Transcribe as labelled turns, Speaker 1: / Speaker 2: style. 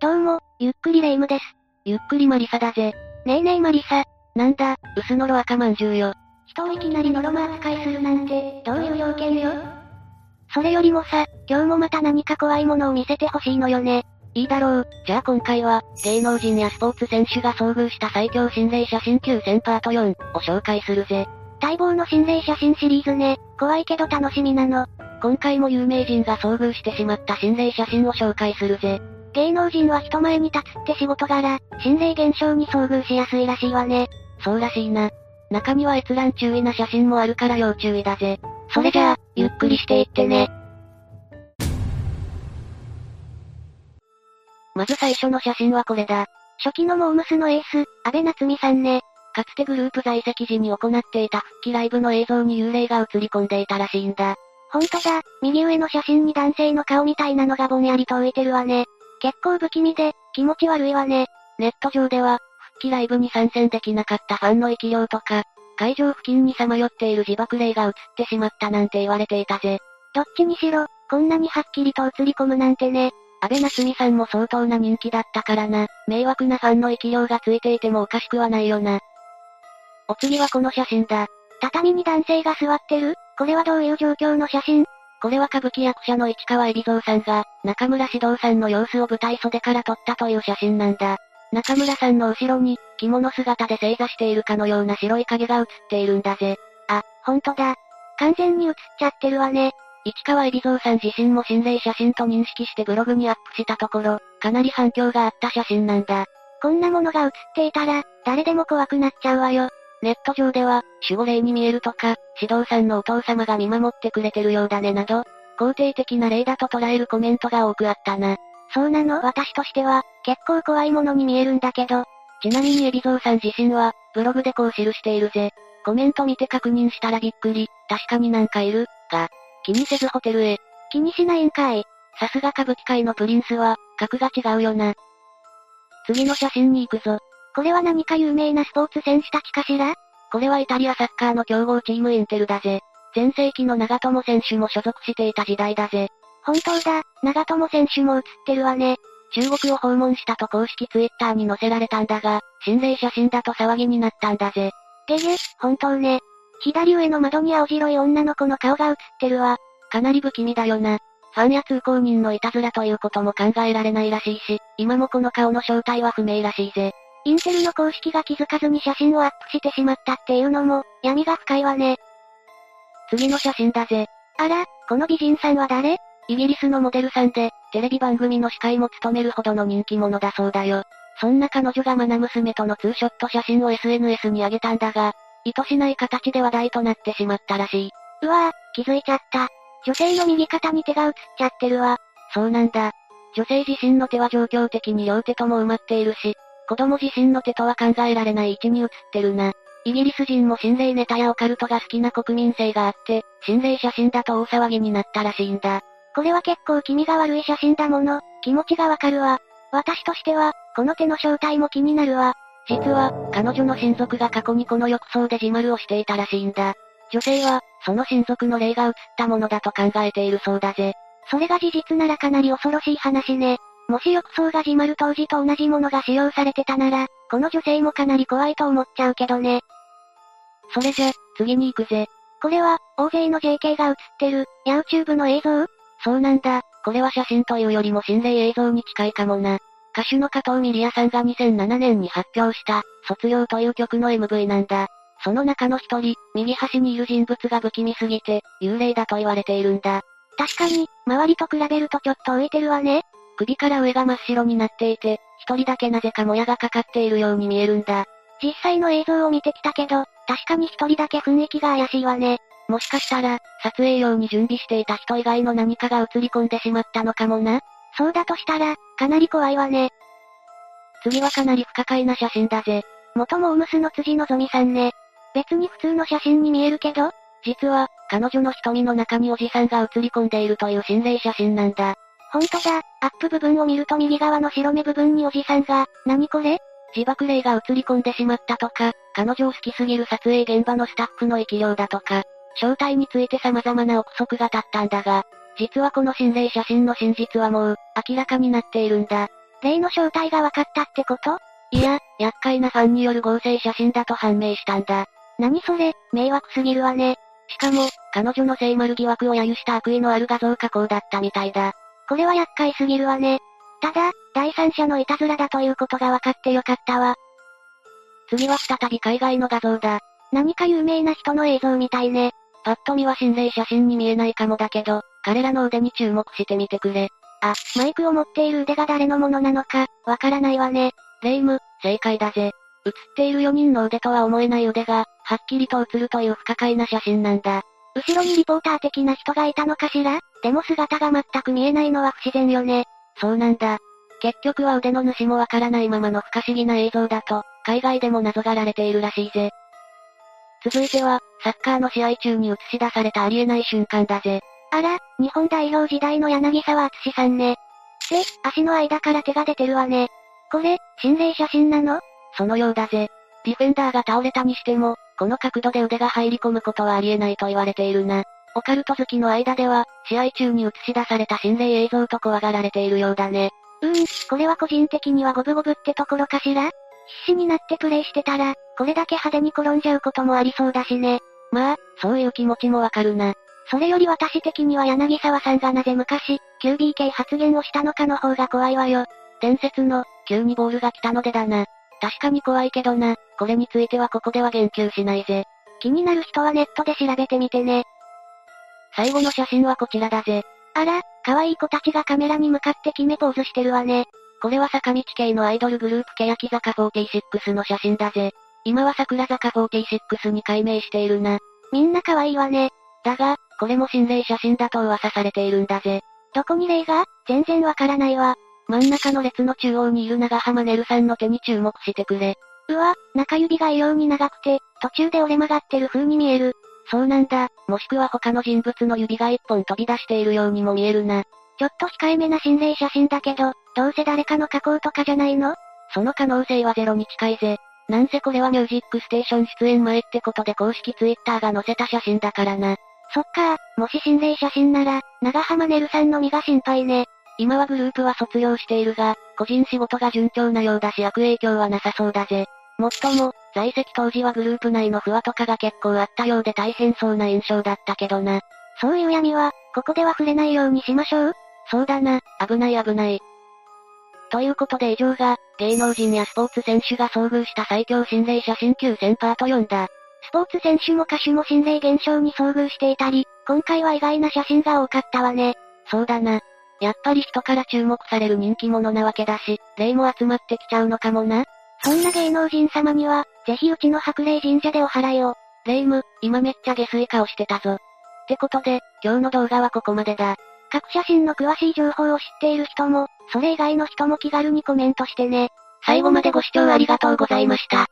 Speaker 1: どうも、ゆっくりレ夢ムです。
Speaker 2: ゆっくりマリサだぜ。
Speaker 1: ねえねえマリサ、
Speaker 2: なんだ、薄のろ赤まんじゅうよ。
Speaker 1: 人をいきなりノロマ扱いするなんて、どういう要件よそれよりもさ、今日もまた何か怖いものを見せてほしいのよね。
Speaker 2: いいだろう。じゃあ今回は、芸能人やスポーツ選手が遭遇した最強心霊写真9000パート4を紹介するぜ。
Speaker 1: 待望の心霊写真シリーズね、怖いけど楽しみなの。
Speaker 2: 今回も有名人が遭遇してしまった心霊写真を紹介するぜ。
Speaker 1: 芸能人は人前に立つって仕事柄、心霊現象に遭遇しやすいらしいわね。
Speaker 2: そうらしいな。中には閲覧注意な写真もあるから要注意だぜ。それじゃあ、ゆっくりしていってね。まず最初の写真はこれだ。
Speaker 1: 初期のモームスのエース、安倍夏美さんね。
Speaker 2: かつてグループ在籍時に行っていた復帰ライブの映像に幽霊が映り込んでいたらしいんだ。
Speaker 1: ほんとだ、右上の写真に男性の顔みたいなのがぼんやりと浮いてるわね。結構不気味で、気持ち悪いわね。
Speaker 2: ネット上では、復帰ライブに参戦できなかったファンの生き量とか、会場付近にさまよっている自爆霊が映ってしまったなんて言われていたぜ。
Speaker 1: どっちにしろ、こんなにはっきりと映り込むなんてね。
Speaker 2: 安倍夏美さんも相当な人気だったからな、迷惑なファンの生き量がついていてもおかしくはないよな。お次はこの写真だ。
Speaker 1: 畳に男性が座ってるこれはどういう状況の写真
Speaker 2: これは歌舞伎役者の市川海老蔵さんが、中村獅童さんの様子を舞台袖から撮ったという写真なんだ。中村さんの後ろに、着物姿で正座しているかのような白い影が映っているんだぜ。
Speaker 1: あ、ほんとだ。完全に映っちゃってるわね。
Speaker 2: 市川海老蔵さん自身も心霊写真と認識してブログにアップしたところ、かなり反響があった写真なんだ。
Speaker 1: こんなものが映っていたら、誰でも怖くなっちゃうわよ。
Speaker 2: ネット上では、守護霊に見えるとか、指導さんのお父様が見守ってくれてるようだねなど、肯定的な例だと捉えるコメントが多くあったな。
Speaker 1: そうなの私としては、結構怖いものに見えるんだけど。
Speaker 2: ちなみに海老蔵さん自身は、ブログでこう記しているぜ。コメント見て確認したらびっくり、確かになんかいる、が、気にせずホテルへ。
Speaker 1: 気にしないんかい。
Speaker 2: さすが歌舞伎界のプリンスは、格が違うよな。次の写真に行くぞ。
Speaker 1: これは何か有名なスポーツ選手たちかしら
Speaker 2: これはイタリアサッカーの強豪チームインテルだぜ。前世紀の長友選手も所属していた時代だぜ。
Speaker 1: 本当だ、長友選手も写ってるわね。
Speaker 2: 中国を訪問したと公式ツイッターに載せられたんだが、心霊写真だと騒ぎになったんだぜ。
Speaker 1: でげ、本当ね。左上の窓に青白い女の子の顔が映ってるわ。
Speaker 2: かなり不気味だよな。ファンや通行人のいたずらということも考えられないらしいし、今もこの顔の正体は不明らしいぜ。
Speaker 1: インテルの公式が気づかずに写真をアップしてしまったっていうのも、闇が深いわね。
Speaker 2: 次の写真だぜ。
Speaker 1: あら、この美人さんは誰
Speaker 2: イギリスのモデルさんで、テレビ番組の司会も務めるほどの人気者だそうだよ。そんな彼女が愛娘とのツーショット写真を SNS に上げたんだが、意図しない形で話題となってしまったらしい。
Speaker 1: うわぁ、気づいちゃった。女性の右肩に手が映っちゃってるわ。
Speaker 2: そうなんだ。女性自身の手は状況的に両手とも埋まっているし、子供自身の手とは考えられない位置に映ってるな。イギリス人も心霊ネタやオカルトが好きな国民性があって、心霊写真だと大騒ぎになったらしいんだ。
Speaker 1: これは結構気味が悪い写真だもの、気持ちがわかるわ。私としては、この手の正体も気になるわ。
Speaker 2: 実は、彼女の親族が過去にこの浴槽で自丸をしていたらしいんだ。女性は、その親族の霊が映ったものだと考えているそうだぜ。
Speaker 1: それが事実ならかなり恐ろしい話ね。もし浴槽が自丸当時と同じものが使用されてたなら、この女性もかなり怖いと思っちゃうけどね。
Speaker 2: それじゃ、次に行くぜ。
Speaker 1: これは、大勢の JK が映ってる、YouTube の映像
Speaker 2: そうなんだ、これは写真というよりも心霊映像に近いかもな。歌手の加藤ミリアさんが2007年に発表した、卒業という曲の MV なんだ。その中の一人、右端にいる人物が不気味すぎて、幽霊だと言われているんだ。
Speaker 1: 確かに、周りと比べるとちょっと浮いてるわね。
Speaker 2: 首から上が真っ白になっていて、一人だけなぜかもやがかかっているように見えるんだ。
Speaker 1: 実際の映像を見てきたけど、確かに一人だけ雰囲気が怪しいわね。
Speaker 2: もしかしたら、撮影用に準備していた人以外の何かが映り込んでしまったのかもな。
Speaker 1: そうだとしたら、かなり怖いわね。
Speaker 2: 次はかなり不可解な写真だぜ。
Speaker 1: 元もおむすの辻のぞみさんね。別に普通の写真に見えるけど、
Speaker 2: 実は、彼女の瞳の中におじさんが映り込んでいるという心霊写真なんだ。
Speaker 1: ほんとだ、アップ部分を見ると右側の白目部分におじさんが、何これ
Speaker 2: 自爆霊が映り込んでしまったとか、彼女を好きすぎる撮影現場のスタッフの生き量だとか、正体について様々な憶測が立ったんだが、実はこの心霊写真の真実はもう、明らかになっているんだ。
Speaker 1: 例の正体が分かったってこと
Speaker 2: いや、厄介なファンによる合成写真だと判明したんだ。
Speaker 1: 何それ、迷惑すぎるわね。
Speaker 2: しかも、彼女の聖丸疑惑を揶揄した悪意のある画像加工だったみたいだ。
Speaker 1: これは厄介すぎるわね。ただ、第三者のいたずらだということが分かってよかったわ。
Speaker 2: 次は再び海外の画像だ。
Speaker 1: 何か有名な人の映像みたいね。
Speaker 2: パッと見は心霊写真に見えないかもだけど、彼らの腕に注目してみてくれ。
Speaker 1: あ、マイクを持っている腕が誰のものなのか、わからないわね。
Speaker 2: レイム、正解だぜ。映っている4人の腕とは思えない腕が、はっきりと映るという不可解な写真なんだ。
Speaker 1: 後ろにリポーター的な人がいたのかしらでも姿が全く見えないのは不自然よね。
Speaker 2: そうなんだ。結局は腕の主もわからないままの不可思議な映像だと、海外でも謎がられているらしいぜ。続いては、サッカーの試合中に映し出されたありえない瞬間だぜ。
Speaker 1: あら、日本代表時代の柳沢敦さんね。で、足の間から手が出てるわね。これ、心霊写真なの
Speaker 2: そのようだぜ。ディフェンダーが倒れたにしても、この角度で腕が入り込むことはありえないと言われているな。オカルト好きの間では、試合中に映し出された心霊映像と怖がられているようだね。
Speaker 1: うーん、これは個人的には五分五分ってところかしら必死になってプレイしてたら、これだけ派手に転んじゃうこともありそうだしね。
Speaker 2: まあ、そういう気持ちもわかるな。
Speaker 1: それより私的には柳沢さんがなぜ昔、QBK 発言をしたのかの方が怖いわよ。
Speaker 2: 伝説の、急にボールが来たのでだな。確かに怖いけどな、これについてはここでは言及しないぜ。
Speaker 1: 気になる人はネットで調べてみてね。
Speaker 2: 最後の写真はこちらだぜ。
Speaker 1: あら、可愛い子たちがカメラに向かって決めポーズしてるわね。
Speaker 2: これは坂道系のアイドルグループ欅坂46の写真だぜ。今は桜坂46に改名しているな。
Speaker 1: みんな可愛いわね。
Speaker 2: だが、これも心霊写真だと噂されているんだぜ。
Speaker 1: どこに霊が全然わからないわ。
Speaker 2: 真ん中の列の中央にいる長浜ねるさんの手に注目してくれ。
Speaker 1: うわ、中指が異様に長くて、途中で折れ曲がってる風に見える。
Speaker 2: そうなんだ、もしくは他の人物の指が一本飛び出しているようにも見えるな。
Speaker 1: ちょっと控えめな心霊写真だけど、どうせ誰かの加工とかじゃないの
Speaker 2: その可能性はゼロに近いぜ。なんせこれはミュージックステーション出演前ってことで公式ツイッターが載せた写真だからな。
Speaker 1: そっかもし心霊写真なら、長浜ねるさんの身が心配ね。
Speaker 2: 今はグループは卒業しているが、個人仕事が順調なようだし悪影響はなさそうだぜ。もっとも、在籍当時はグループ内の不和とかが結構あったようで大変そうな印象だったけどな。
Speaker 1: そういう闇は、ここでは触れないようにしましょう。
Speaker 2: そうだな、危ない危ない。ということで以上が、芸能人やスポーツ選手が遭遇した最強心霊写真9000パート4だ。
Speaker 1: スポーツ選手も歌手も心霊現象に遭遇していたり、今回は意外な写真が多かったわね。
Speaker 2: そうだな。やっぱり人から注目される人気者なわけだし、霊も集まってきちゃうのかもな。
Speaker 1: そんな芸能人様には、ぜひうちの白霊神社でお祓いを。
Speaker 2: 霊夢、今めっちゃ下水顔してたぞ。ってことで、今日の動画はここまでだ。
Speaker 1: 各写真の詳しい情報を知っている人も、それ以外の人も気軽にコメントしてね。
Speaker 2: 最後までご視聴ありがとうございました。